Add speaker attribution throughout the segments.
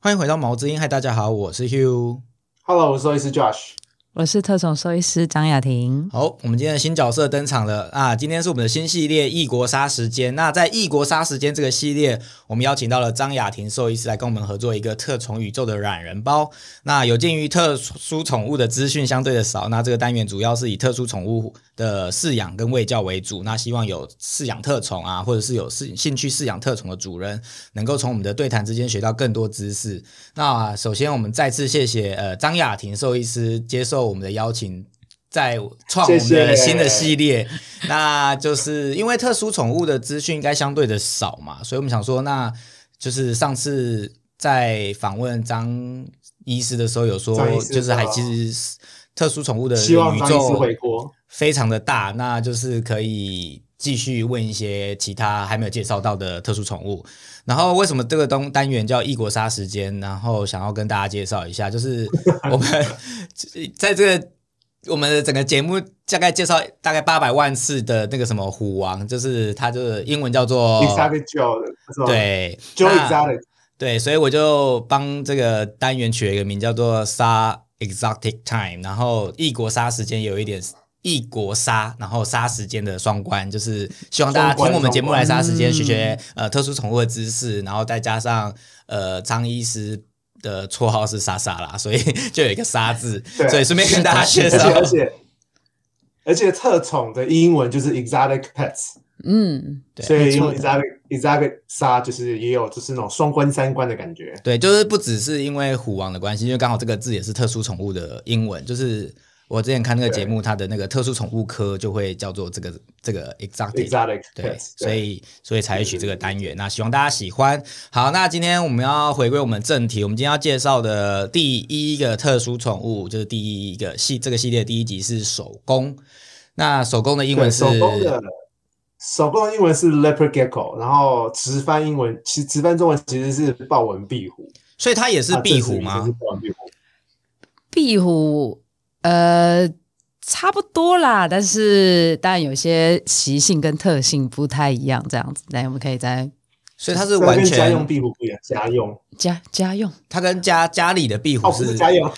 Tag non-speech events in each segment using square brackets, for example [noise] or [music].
Speaker 1: 欢迎回到毛之音，嗨，大家好，我是 Hugh。
Speaker 2: Hello，我是兽医师 Josh。
Speaker 3: 我是特种兽医师张雅婷。
Speaker 1: 好，我们今天的新角色登场了啊！今天是我们的新系列《异国杀时间》。那在《异国杀时间》这个系列，我们邀请到了张雅婷兽医师来跟我们合作一个特宠宇宙的懒人包。那有鉴于特殊宠物的资讯相对的少，那这个单元主要是以特殊宠物的饲养跟喂教为主。那希望有饲养特宠啊，或者是有兴兴趣饲养特宠的主人，能够从我们的对谈之间学到更多知识。那首先，我们再次谢谢呃张雅婷兽医师接受我们的邀请，在创我们的
Speaker 2: 谢谢
Speaker 1: 新的系列。 [laughs] 那就是因为特殊宠物的资讯应该相对的少嘛，所以我们想说，那就是上次在访问张医师的时候有说
Speaker 2: 张，医师
Speaker 1: 就是还其实特殊宠物的
Speaker 2: 希望
Speaker 1: 宇
Speaker 2: 张医师
Speaker 1: 宙
Speaker 2: 回 [laughs] 国。
Speaker 1: 非常的大，那就是可以继续问一些其他还没有介绍到的特殊宠物。然后为什么这个东单元叫异国杀时间？然后想要跟大家介绍一下，就是我们在这个我们的整个节目大概介绍大概八百万次的那个什么虎王，就是它就是英文叫做
Speaker 2: Exotic Joe 是吧？
Speaker 1: 哦对
Speaker 2: ，Joe
Speaker 1: 那
Speaker 2: Exotic
Speaker 1: 对，所以我就帮这个单元取了一个名叫做“杀 Exotic Time”，然后异国杀时间有一点异国杀，然后杀时间的双关，就是希望大家听我们节目来杀时间，
Speaker 3: 双关嗯
Speaker 1: 学学呃特殊宠物的知识，然后再加上呃张医师的绰号是莎莎啦，所以 [laughs] 就有一个“莎”字，
Speaker 2: 对
Speaker 1: 所以顺便跟大家介
Speaker 2: 而
Speaker 1: 绍
Speaker 2: 且。而且而且特宠的英文就是 Exotic Pets，
Speaker 3: 嗯，
Speaker 1: 对
Speaker 2: 所以用
Speaker 3: 没错
Speaker 2: Exotic Exotic 杀就是也有就是那种双关三关的感觉。
Speaker 1: 对，就是不只是因为虎王的关系，因为刚好这个字也是特殊宠物的英文，就是我之前看那个节目，它的那个特殊宠物科就会叫做这个这个 exotic。
Speaker 2: Exotic
Speaker 1: 对，
Speaker 2: Pets，
Speaker 1: 所以所以才会取这个单元。那希望大家喜欢。好，那今天我们要回归我们正题，我们今天要介绍的第一个特殊宠物，就是第一个系这个系列第一集是手工。那手工的英文
Speaker 2: 对
Speaker 1: 是
Speaker 2: 手工的手工的英文是 Leopard Gecko，然后直翻英文其直翻中文其实是豹纹壁虎，
Speaker 1: 所以它也是
Speaker 2: 啊
Speaker 1: 壁虎
Speaker 2: 正式名称是
Speaker 1: 吗？
Speaker 2: 豹纹壁虎。
Speaker 3: 壁虎，呃，差不多啦，但是当然有些习性跟特性不太一样，这样子，那我们可以再
Speaker 1: 所以它是
Speaker 2: 这跟
Speaker 1: 完
Speaker 2: 家用
Speaker 1: 全，
Speaker 2: 壁虎不一样，家用
Speaker 3: 加加用，
Speaker 1: 它跟家家里的壁
Speaker 2: 哦
Speaker 1: 虎
Speaker 2: 不是家用，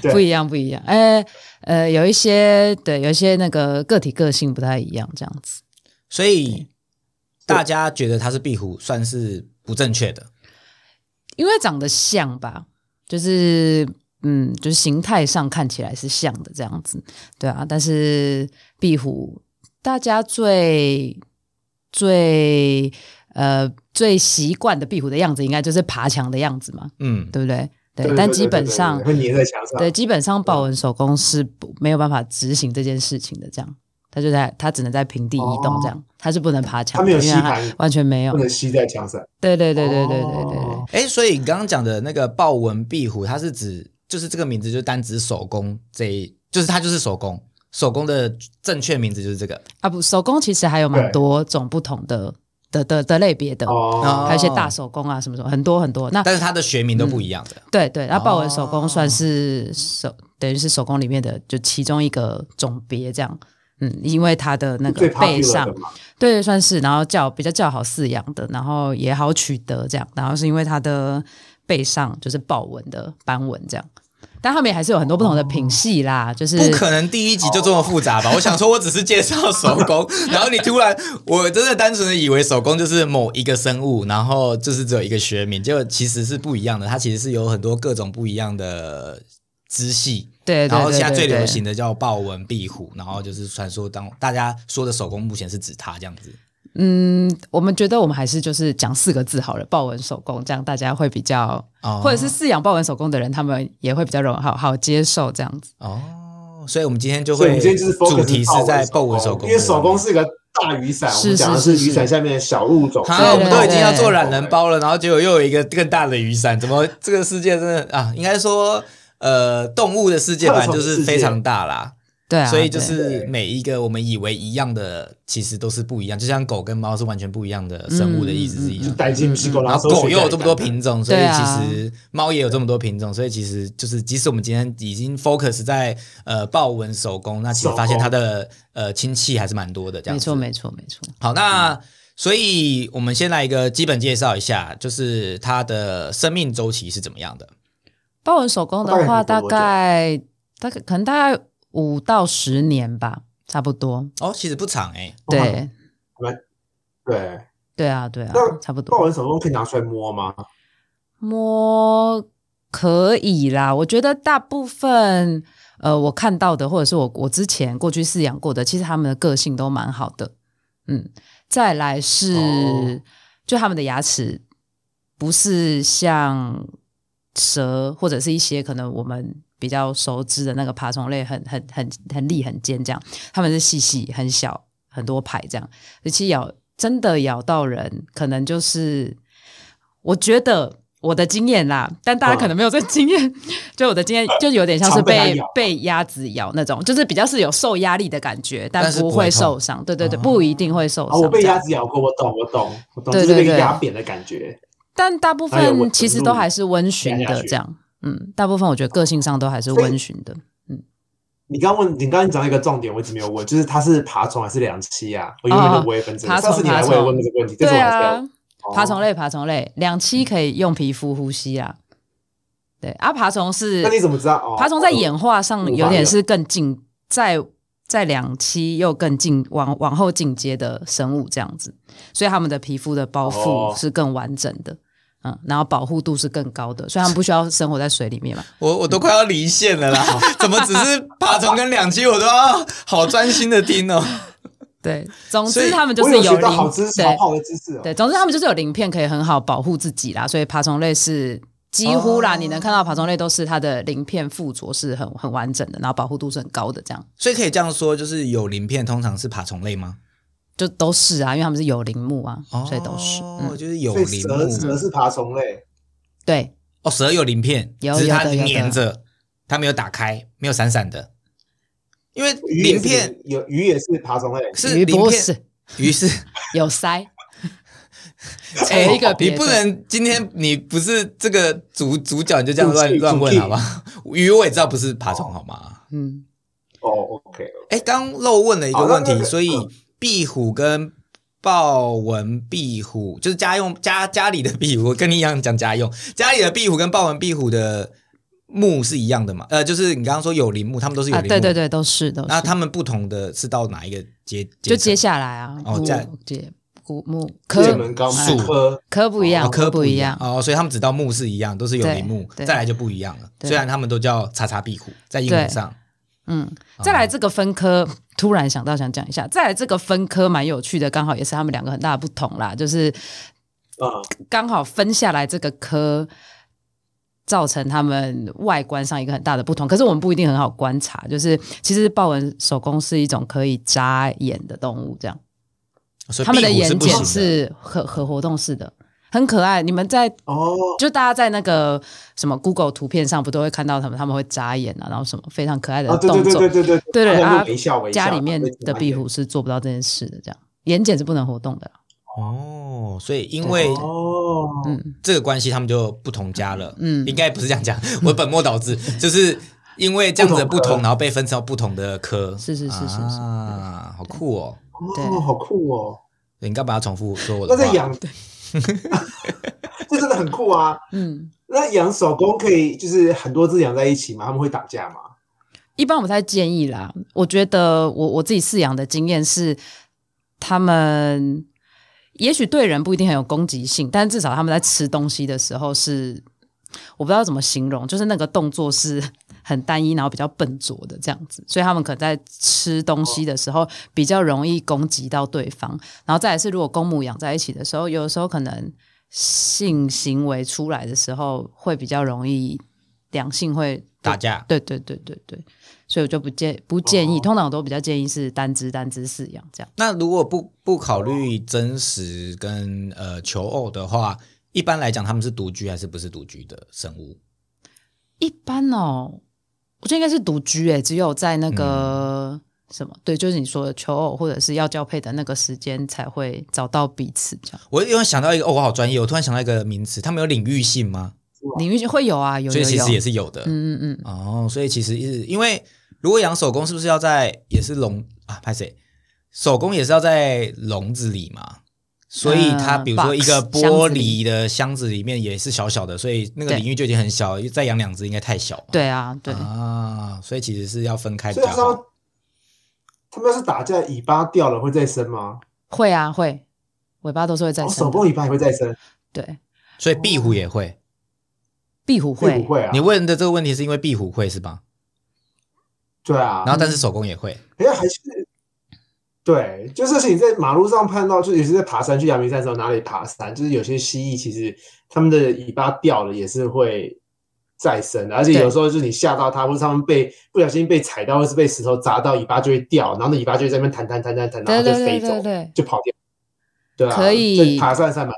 Speaker 2: 对
Speaker 3: 不一样，不一样。哎、呃，有一些对，有一些那个个体个性不太一样，这样子。
Speaker 1: 所以大家觉得它是壁虎，算是不正确的。
Speaker 3: 因为长得像吧，就是嗯，就是形态上看起来是像的这样子，对啊。但是壁虎，大家最最呃最习惯的壁虎的样子，应该就是爬墙的样子嘛，
Speaker 1: 嗯，
Speaker 3: 对不对？对，
Speaker 2: 对
Speaker 3: 但
Speaker 2: 对
Speaker 3: 基
Speaker 2: 对
Speaker 3: 本
Speaker 2: 对
Speaker 3: 上
Speaker 2: 对会粘在墙上。
Speaker 3: 对，基本上豹纹手工是不没有办法执行这件事情的，这样，它就在它只能在平地移动，这样，它是不能爬墙
Speaker 2: 哦它
Speaker 3: 的，
Speaker 2: 没有
Speaker 3: 因为
Speaker 2: 吸
Speaker 3: 它
Speaker 2: 盘
Speaker 3: 完全没有
Speaker 2: 不。能吸在墙上。
Speaker 3: 对对对对对对对对。
Speaker 2: 哦
Speaker 1: 哎，所以你刚刚讲的那个豹纹壁虎，它是指就是这个名字就单指手工这一，就是它就是手工，手工的正确名字就是这个。
Speaker 3: 啊不，手工其实还有蛮
Speaker 2: 对
Speaker 3: 多种不同的的的的类别的，
Speaker 2: 哦，
Speaker 3: 还有一些大手工啊什么什么，很多很多。那
Speaker 1: 但是它的学名都不一样的。
Speaker 3: 对对，那豹纹手
Speaker 1: 哦
Speaker 3: 工算是手，等于是手工里面的就其中一个种别这样。嗯，因为它的那个
Speaker 2: 最
Speaker 3: 背
Speaker 2: popular
Speaker 3: 上
Speaker 2: 的，嘛，
Speaker 3: 对，算是，然后较比较较好饲养的，然后也好取得这样，然后是因为它的背上就是豹纹的斑纹这样，但他们也还是有很多不同的品系啦，就是
Speaker 1: 不可能第一集就这么复杂吧？我想说，我只是介绍手工，然后你突然，我真的单纯的以为手工就是某一个生物，然后就是只有一个学名，结果其实是不一样的。它其实是有很多各种不一样的支系。
Speaker 3: 对对对对
Speaker 1: 然后现在最流
Speaker 3: 对
Speaker 1: 行的叫豹纹壁虎，然后就是传说当大家说的手工，目前是指它这样子。
Speaker 3: 嗯，我们觉得我们还是就是讲四个字好了，豹纹手工，这样大家会比较，
Speaker 1: 哦
Speaker 3: 或者是饲养豹纹手工的人，他们也会比较容好好接受这样子。
Speaker 1: 哦，所以我们今天就
Speaker 2: 所以我
Speaker 1: 会
Speaker 2: 们今天就是 focus
Speaker 1: 主题是在豹纹手
Speaker 2: 手
Speaker 1: 工，
Speaker 2: 因为手工。是一个大雨伞，我
Speaker 3: 是
Speaker 2: 们讲的
Speaker 3: 是
Speaker 2: 是
Speaker 3: 是
Speaker 2: 雨伞下面的小物种。
Speaker 1: 啊，我们都已经要做懒人
Speaker 2: 包，
Speaker 1: 包了，然后结果又有一个更大的雨伞，怎么这个世界真的啊？应该说，呃，动物的世界本来就是非常大啦，
Speaker 3: 对啊，
Speaker 1: 所以就
Speaker 3: 对
Speaker 1: 是每一个我们以为一样的，其实都是不一样。就像狗跟猫是完全不一样的生物的意思是一
Speaker 3: 嗯嗯
Speaker 1: 样
Speaker 3: 嗯。
Speaker 2: 带进机构，
Speaker 1: 然后
Speaker 2: 后
Speaker 1: 狗又有这么多
Speaker 2: 瓶，
Speaker 1: 品种，所以
Speaker 3: 对
Speaker 1: 其
Speaker 3: 啊
Speaker 1: 实猫也有这么多品种，所以其实就是即使我们今天已经 focus 在呃豹纹手工，那其实发现它的呃亲戚还是蛮多的。这样
Speaker 3: 没
Speaker 1: 子
Speaker 3: 错，没错，没错。
Speaker 1: 好，那所以我们先来一个基本介绍一下，就是它的生命周期是怎么样的。
Speaker 3: 豹纹手工的话，大概大概可能大概五到十年吧，差不多。
Speaker 1: 哦，其实不长哎、
Speaker 3: 对
Speaker 2: 对，
Speaker 3: 对啊，对啊
Speaker 2: 那，
Speaker 3: 差不多
Speaker 2: 豹。纹手工可以拿出来摸吗？啊
Speaker 3: 摸可以啦，我觉得大部分呃，我看到的或者是我我之前过去饲养过的，其实他们的个性都蛮好的。嗯，再来是、
Speaker 2: 哦
Speaker 3: 就他们的牙齿不是像蛇或者是一些可能我们比较熟知的那个爬虫类很很很很利很尖这样，他们是细细很小很多排这样，尤其咬真的咬到人，可能就是我觉得我的经验啦，但大家可能没有这经
Speaker 2: [laughs]
Speaker 3: 验，就我的经验就有点像是
Speaker 2: 常被它
Speaker 3: 被
Speaker 2: 咬
Speaker 3: 被鸭子咬那种，就是比较是有受压力的感觉，
Speaker 1: 但
Speaker 3: 但
Speaker 1: 是不
Speaker 3: 不
Speaker 1: 会
Speaker 3: 会
Speaker 1: 痛
Speaker 3: 受伤。对对对，
Speaker 1: 哦
Speaker 3: 不一定会受
Speaker 2: 啊，
Speaker 3: 伤。
Speaker 2: 我被
Speaker 3: 这样
Speaker 2: 鸭子咬过，我懂，我懂，我懂，
Speaker 3: 对
Speaker 2: 就是
Speaker 3: 对
Speaker 2: 被
Speaker 3: 对
Speaker 2: 压扁的感觉。
Speaker 3: 但大部
Speaker 2: 还有我
Speaker 3: 分其实都还是温驯
Speaker 2: 压下
Speaker 3: 的
Speaker 2: 去
Speaker 3: 这样。嗯，大部分我觉得个性上都还是温驯的。
Speaker 2: 你刚问，你刚刚讲到一个重点，我一直没有问，就是它是爬虫还是两栖啊？我永远都不会分这个。
Speaker 3: 哦爬虫
Speaker 2: 上次你来我也问过这个问题，但是我还哦是要
Speaker 3: 啊，爬虫
Speaker 2: 类。
Speaker 3: 类，爬虫类，两栖可以用皮肤呼吸啊。对啊，爬虫是
Speaker 2: 那你怎么知道？哦，
Speaker 3: 爬虫在演化上
Speaker 2: 嗯
Speaker 3: 有点是更进，在在两栖又更进往往后进阶的生物这样子，所以它们的皮肤的包覆
Speaker 2: 哦
Speaker 3: 是更完整的，嗯，然后保护度是更高的，所以它们不需要生活在水里
Speaker 2: [laughs]
Speaker 3: 面嘛。
Speaker 1: 我我都快要离线了啦，
Speaker 2: 嗯
Speaker 1: 怎么只是爬虫跟两栖我都要好专心的听哦。
Speaker 3: 对，总
Speaker 1: 所以
Speaker 3: 之它们就
Speaker 2: 我
Speaker 3: 是
Speaker 2: 有学
Speaker 3: 鳞
Speaker 2: 到好知识，好
Speaker 3: 对
Speaker 2: 好的知识哦。
Speaker 3: 对，总之它们就是有鳞片可以很好保护自己啦，所以爬虫类是。几乎啦，
Speaker 2: 哦
Speaker 3: 你能看到爬虫类都是它的鳞片附着是很很完整的，然后保护度是很高的，这样
Speaker 1: 所以可以这样说，就是有鳞片通常是爬虫类吗？
Speaker 3: 就都是啊，因为它们是有鳞目啊，所以都是。嗯
Speaker 1: 哦，就是有
Speaker 2: 所以
Speaker 1: 鳞
Speaker 2: 蛇蛇
Speaker 1: 目。
Speaker 2: 是爬虫类，
Speaker 3: 对，
Speaker 1: 哦，蛇有鳞片，
Speaker 3: 有
Speaker 1: 只是它
Speaker 3: 有的有的
Speaker 1: 粘着，它没有打开，没有闪闪的。因为
Speaker 2: 鱼也
Speaker 1: 鳞
Speaker 2: 是
Speaker 1: 片
Speaker 2: 有鱼也是爬虫类。
Speaker 1: 是
Speaker 3: 鱼
Speaker 1: 鳞
Speaker 3: 不
Speaker 1: 片，
Speaker 3: 是
Speaker 1: 于
Speaker 3: [laughs]
Speaker 1: 是
Speaker 3: 有鳃，
Speaker 1: [laughs] 哎
Speaker 3: 扯一个
Speaker 1: 你
Speaker 3: 别的
Speaker 1: 不能今天你不是这个主主角，你就这样
Speaker 2: 主
Speaker 1: 乱
Speaker 2: 题
Speaker 1: 乱
Speaker 2: 主
Speaker 1: 问
Speaker 2: 题
Speaker 1: 好不好？鱼我也知道不是爬虫好吗？
Speaker 3: 嗯，
Speaker 2: 哦，OK，
Speaker 1: 哎，刚漏问了一个
Speaker 2: 好那
Speaker 1: 问
Speaker 2: 那
Speaker 1: 题，
Speaker 2: 个
Speaker 1: 所以
Speaker 2: 嗯
Speaker 1: 壁虎跟豹纹壁虎就是家用家家里的壁虎，我跟你一样讲家用，家里的壁虎跟豹纹壁虎的目是一样的嘛？呃，就是你刚刚说有鳞目，它们都是有
Speaker 3: 啊，
Speaker 1: 鳞目，
Speaker 3: 对对。对，都是都是。
Speaker 1: 那它们不同的是到哪一个阶？
Speaker 3: 就
Speaker 1: 阶
Speaker 3: 接
Speaker 1: 层
Speaker 3: 下来啊，
Speaker 1: 哦
Speaker 3: 古
Speaker 1: 再
Speaker 3: 节古木
Speaker 2: 剑
Speaker 3: 科哎
Speaker 2: 门纲
Speaker 1: 树
Speaker 2: 目科，
Speaker 3: 科不一
Speaker 1: 哦，
Speaker 3: 样，
Speaker 1: 科
Speaker 3: 不
Speaker 1: 一
Speaker 3: 样，
Speaker 1: 哦，所以他们只到目是一样，都是有
Speaker 3: 对
Speaker 1: 鳞目，
Speaker 3: 对
Speaker 1: 再来就不一样了。
Speaker 3: 对
Speaker 1: 虽然他们都叫叉叉壁虎，在英
Speaker 3: 对
Speaker 1: 文上，
Speaker 3: 嗯。
Speaker 1: 哦
Speaker 3: 再来这个分科，突然想到想讲一下，再来这个分科蛮有趣的，刚好也是他们两个很大的不同啦，就是
Speaker 2: 嗯，
Speaker 3: 刚好分下来这个科，造成他们外观上一个很大的不同。可是我们不一定很好观察，就是其实豹纹手工是一种可以眨眼的动物，这样。
Speaker 1: 所以
Speaker 3: 他们的
Speaker 1: 壁虎是
Speaker 3: 眼
Speaker 1: 不行
Speaker 3: 睑
Speaker 1: 的
Speaker 3: 是可可活动式的，很可爱。你们在
Speaker 2: 哦，
Speaker 3: 就大家在那个什么 Google 图片上不都会看到他们，他们会眨眼啊，然后什么非常可爱的
Speaker 2: 啊，对
Speaker 3: 动
Speaker 2: 对对
Speaker 3: 作。
Speaker 2: 对对对
Speaker 3: 对对
Speaker 2: 他们
Speaker 3: 啊
Speaker 2: 会微笑微笑。
Speaker 3: 家里面
Speaker 2: 会眨
Speaker 3: 的壁
Speaker 2: 眼
Speaker 3: 虎是做不到这件事的，这样眼睑是不能活动的。啊
Speaker 1: 哦，所以因为
Speaker 2: 哦，
Speaker 3: 嗯，
Speaker 1: 这个关系，他们就不同家了。
Speaker 3: 嗯
Speaker 1: 应该不是这样讲， [laughs] 我本末倒置，就是因为这样子的不
Speaker 2: 不同
Speaker 1: 同，
Speaker 2: 科
Speaker 1: 然后被分成到不同的科。
Speaker 3: 是是是是是
Speaker 1: 啊，好酷哦！
Speaker 3: 对
Speaker 2: 哦，好酷哦。
Speaker 1: 你干嘛要重复说我的
Speaker 2: 那
Speaker 1: 话？
Speaker 2: 在养， [laughs] 这真的很酷啊。
Speaker 3: 嗯，
Speaker 2: 那养手工可以就是很多只养在一起吗？他们会打架吗？
Speaker 3: 一般我不太建议啦。我觉得我我自己饲养的经验是，他们也许对人不一定很有攻击性，但至少他们在吃东西的时候是，我不知道怎么形容，就是那个动作是 [laughs] 很单一，然后比较笨拙的这样子，所以他们可能在吃东西的时候比较容易攻击到对方。然后再来是，如果公母养在一起的时候，有的时候可能性行为出来的时候会比较容易两性会
Speaker 1: 打架
Speaker 3: 对对对对对，所以我就不建不建议，
Speaker 2: 哦
Speaker 3: 通常我都比较建议是单只单只饲养这样。
Speaker 1: 那如果不不考虑真实跟呃求偶的话，一般来讲他们是独居还是不是独居的生物？
Speaker 3: 一般哦，我觉得应该是独居诶，只有在那个、
Speaker 2: 嗯
Speaker 3: 什么，对，就是你说的求偶或者是要交配的那个时间才会找到彼此这样。
Speaker 1: 我因为想到一个，哦，我好专业，我突然想到一个名词，他们有领域性吗？
Speaker 3: 领域会有啊，有
Speaker 1: 所以
Speaker 3: 有
Speaker 1: 其实也
Speaker 3: 有，
Speaker 1: 是有的。
Speaker 3: 嗯嗯嗯，
Speaker 1: 哦，所以其实是因为如果养手工，是不是要在也是笼啊？拍谁？手工也是要在笼子里嘛？所以它
Speaker 3: 嗯
Speaker 1: 比如说
Speaker 3: box，
Speaker 1: 一个
Speaker 3: 箱
Speaker 1: 玻
Speaker 3: 子
Speaker 1: 璃
Speaker 3: 里
Speaker 1: 的箱子里面也是小小的，所以那个
Speaker 3: 对
Speaker 1: 领域就已经很小了，再养两只应该太小嘛。
Speaker 3: 对啊，对，
Speaker 1: 啊，所以其实是要分开比
Speaker 2: 所以
Speaker 1: 较
Speaker 2: 他们
Speaker 1: 好。
Speaker 2: 要他们要是打架尾巴掉了会再生吗？
Speaker 3: 会啊会，尾巴都是会再
Speaker 2: 哦，
Speaker 3: 生
Speaker 2: 手
Speaker 3: 的。
Speaker 2: 工尾巴也会再生，
Speaker 3: 对，
Speaker 1: 所以壁虎也会。
Speaker 3: 壁虎
Speaker 2: 会
Speaker 3: 会
Speaker 2: 不会啊
Speaker 1: 你？问的这个问题是因为壁虎会是吧？
Speaker 2: 对啊，
Speaker 1: 然后但是手工也会。
Speaker 2: 哎，还是对，就是而且你在马路上看到，就也是在爬山去阳明山的时候，哪里爬山，就是有些蜥蜴其实它们的尾巴掉了也是会再生的，而且
Speaker 3: 对
Speaker 2: 有时候就是你吓到它，或者它们被不小心被踩到，或是被石头砸到，尾巴就会掉，然后那尾巴就会在那边弹弹弹弹弹，然
Speaker 3: 对
Speaker 2: 后
Speaker 3: 对
Speaker 2: 它就飞
Speaker 3: 对
Speaker 2: 走，
Speaker 3: 对对
Speaker 2: 就跑掉。对啊，
Speaker 3: 可以
Speaker 2: 这爬山上蛮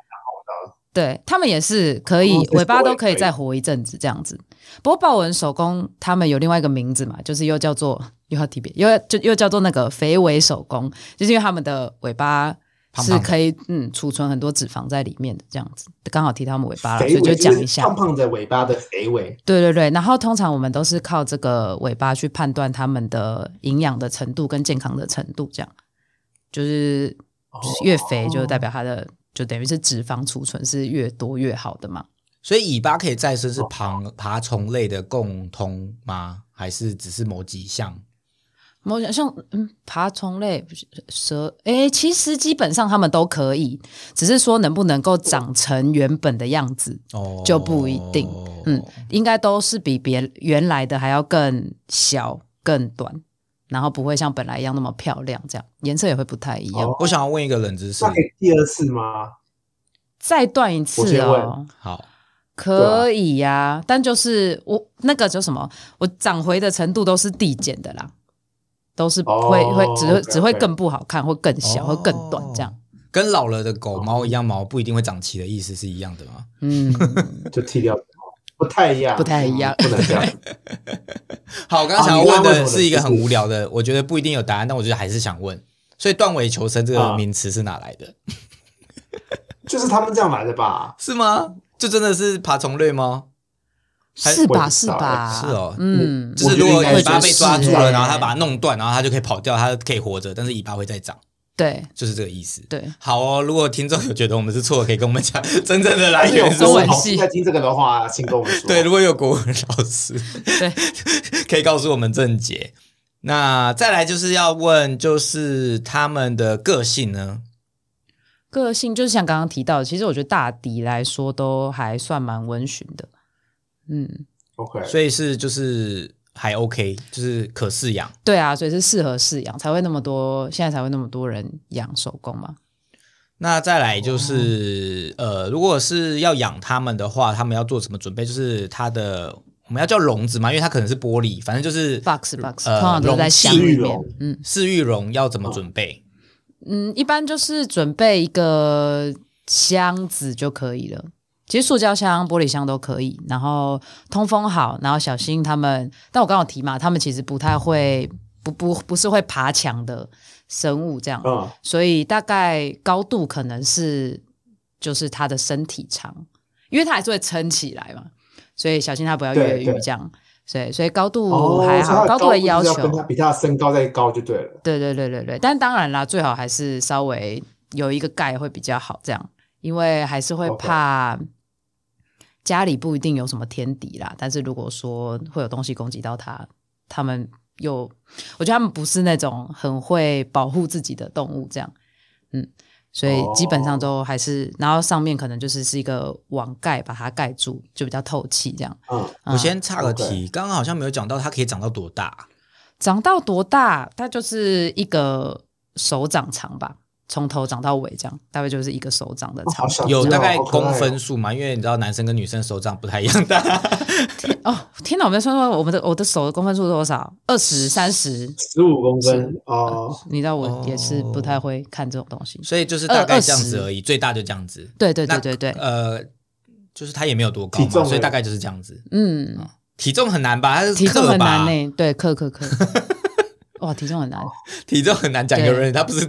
Speaker 3: 对，他们也是可以
Speaker 2: 哦，对
Speaker 3: 尾巴都可以
Speaker 2: 对
Speaker 3: 再活一阵子这样子。不过豹纹手工他们有另外一个名字嘛，就是又叫做又要提别，又要就又叫做那个肥尾手工，就是因为他们的尾巴。
Speaker 1: 胖
Speaker 3: 是
Speaker 1: 胖的
Speaker 3: 可以嗯储存很多脂肪在里面的这样子，刚好提到他们尾巴了，所
Speaker 2: 肥尾，
Speaker 3: 以就讲
Speaker 2: 是
Speaker 3: 一下。
Speaker 2: 胖胖的尾巴的肥尾，
Speaker 3: 对对对，然后通常我们都是靠这个尾巴去判断它们的营养的程度跟健康的程度，这样就是就是越肥就代表它的、就等于是脂肪储存是越多越好的嘛。
Speaker 1: 所以尾巴可以再生是爬爬虫类的共通吗？还是只是某几项？
Speaker 3: 某种像嗯爬虫类蛇，诶，其实基本上它们都可以，只是说能不能够长成原本的样子，
Speaker 1: 哦，
Speaker 3: 就不一定嗯，应该都是比别原来的还要更小、更短，然后不会像本来一样那么漂亮，这样颜色也会不太一样。
Speaker 2: 哦
Speaker 1: 我想要问一个冷知识
Speaker 2: 那，可以第二次吗？
Speaker 3: 再断一次
Speaker 2: 我先
Speaker 3: 哦
Speaker 2: 问，
Speaker 1: 好，
Speaker 3: 可以呀、但就是我那个叫什么，我长回的程度都是递减的啦，都是
Speaker 2: 哦
Speaker 3: 会、会只会
Speaker 2: OK，OK
Speaker 3: 只会更不好看，会更小，
Speaker 1: 哦
Speaker 3: 会更短这样。，
Speaker 1: 跟老了的狗猫一样，毛不一定会长齐的意思是一样的吗？
Speaker 3: 嗯，
Speaker 2: 就剃掉，不太一样，
Speaker 3: 不太一样
Speaker 2: 嗯不能这样。
Speaker 1: 好，我刚刚想要问
Speaker 2: 啊你刚刚问
Speaker 1: 的
Speaker 2: 什么
Speaker 1: 是一个很无聊的，我觉得不一定有答案，但我觉得还是想问。所以断尾求生这个
Speaker 2: 啊
Speaker 1: 名词是哪来的？
Speaker 2: 就是他们这样来的吧？
Speaker 1: 是吗？就真的是爬虫类吗？还
Speaker 3: 是吧
Speaker 2: 我
Speaker 3: 哎是
Speaker 2: 知道
Speaker 3: 吧？
Speaker 1: 是哦
Speaker 3: 嗯，
Speaker 1: 就
Speaker 2: 我
Speaker 1: 是
Speaker 2: 觉得
Speaker 1: 如果
Speaker 2: 应该
Speaker 1: 尾巴
Speaker 2: 是啊
Speaker 1: 被抓住
Speaker 3: 是
Speaker 1: 了，
Speaker 3: 欸
Speaker 1: 然后它把它弄断，然后它就可以跑掉，它可以活着，但是尾巴会再长，
Speaker 3: 对
Speaker 1: 就是这个意思。
Speaker 3: 对，
Speaker 1: 好哦，如果听众有觉得我们是错的，可以跟我们讲真正的来
Speaker 2: 有
Speaker 1: 源哎是什
Speaker 3: 中
Speaker 1: 么
Speaker 3: 文。系
Speaker 2: 在听这个的话，请跟我们说。
Speaker 1: 对，如果有国文老师，
Speaker 3: 对，
Speaker 1: [laughs] 可以告诉我们正解。那再来就是要问，就是他们的个性呢？
Speaker 3: 个性就是像刚刚提到的，其实我觉得大抵来说都还算蛮温驯的。嗯，
Speaker 2: ，OK，
Speaker 1: 所以是就是还 OK，就是可饲养。
Speaker 3: 对啊，所以是适合饲养，才会那么多，现在才会那么多人养手工嘛。
Speaker 1: 那再来就是、
Speaker 3: 哦
Speaker 1: 呃，如果是要养它们的话，他们要做什么准备？就是它的我们要叫笼子嘛，因为它可能是玻璃，反正就是
Speaker 3: box box
Speaker 1: 呃
Speaker 3: 通常都是在箱
Speaker 2: 笼
Speaker 3: 里
Speaker 2: 子
Speaker 3: 面。嗯
Speaker 1: 饲育笼要怎么准备？
Speaker 3: 嗯，一般就是准备一个箱子就可以了。其实塑胶箱、玻璃箱都可以，然后通风好，然后小心它们。但我刚好提嘛，它们其实不太会，不不不是会爬墙的生物这样。
Speaker 2: 嗯，
Speaker 3: 所以大概高度可能是就是他的身体长，因为他还是会撑起来嘛，所以小心他不要越
Speaker 2: 对对
Speaker 3: 狱这样。所以所以高度
Speaker 2: 哦，所
Speaker 3: 还
Speaker 2: 以它
Speaker 3: 好，
Speaker 2: 的
Speaker 3: 高度的要
Speaker 2: 就是要跟它
Speaker 3: 求，
Speaker 2: 比它的身高再高就对了。
Speaker 3: 对对对对对。但当然啦，最好还是稍微有一个盖会比较好，这样，因为还是会
Speaker 2: OK
Speaker 3: 怕。家里不一定有什么天敌啦，但是如果说会有东西攻击到它，它们又，我觉得它们不是那种很会保护自己的动物，这样，嗯，所以基本上都还是，然后上面可能就是是一个网盖把它盖住，就比较透气这样。
Speaker 2: 嗯，
Speaker 1: 我
Speaker 3: 嗯
Speaker 1: 先岔个
Speaker 2: OK
Speaker 1: 题，刚刚好像没有讲到它可以长到多大。
Speaker 3: 长到多大？它就是一个手掌长吧，从头长到尾这样，大概就是一个手掌的
Speaker 2: 哦好
Speaker 3: 长度
Speaker 2: 小
Speaker 3: 这样。
Speaker 1: 有
Speaker 2: 知道
Speaker 1: 大概
Speaker 2: 好可爱
Speaker 1: 公
Speaker 2: 哦
Speaker 1: 分数嘛？因为你知道男生跟女生手掌不太一样
Speaker 3: [laughs]
Speaker 1: 大，
Speaker 3: 哦，天哪！我没算说我们的我的手的公分数是多少？二十三十？
Speaker 2: 十五公分哦，
Speaker 3: 你知道我也是不太会看这种东西。
Speaker 1: 所以就是大概
Speaker 3: 二
Speaker 1: 这样子
Speaker 3: 二十
Speaker 1: 而已，最大就这样子。
Speaker 3: 对对对
Speaker 1: 那
Speaker 3: 对对，
Speaker 1: 呃，就是它也没有多高
Speaker 2: 体
Speaker 1: 嘛，
Speaker 2: 重
Speaker 1: 所以
Speaker 2: 呢
Speaker 1: 大概就是这样子。
Speaker 3: 嗯，
Speaker 2: 哦
Speaker 1: 体重很难吧？它是
Speaker 3: 体重
Speaker 1: 克
Speaker 3: 很
Speaker 1: 吧
Speaker 3: 难呢、对，克
Speaker 2: [laughs]
Speaker 3: 克克。哇，体重很难。
Speaker 1: 体重很难讲一个
Speaker 3: 对
Speaker 1: 人，它不是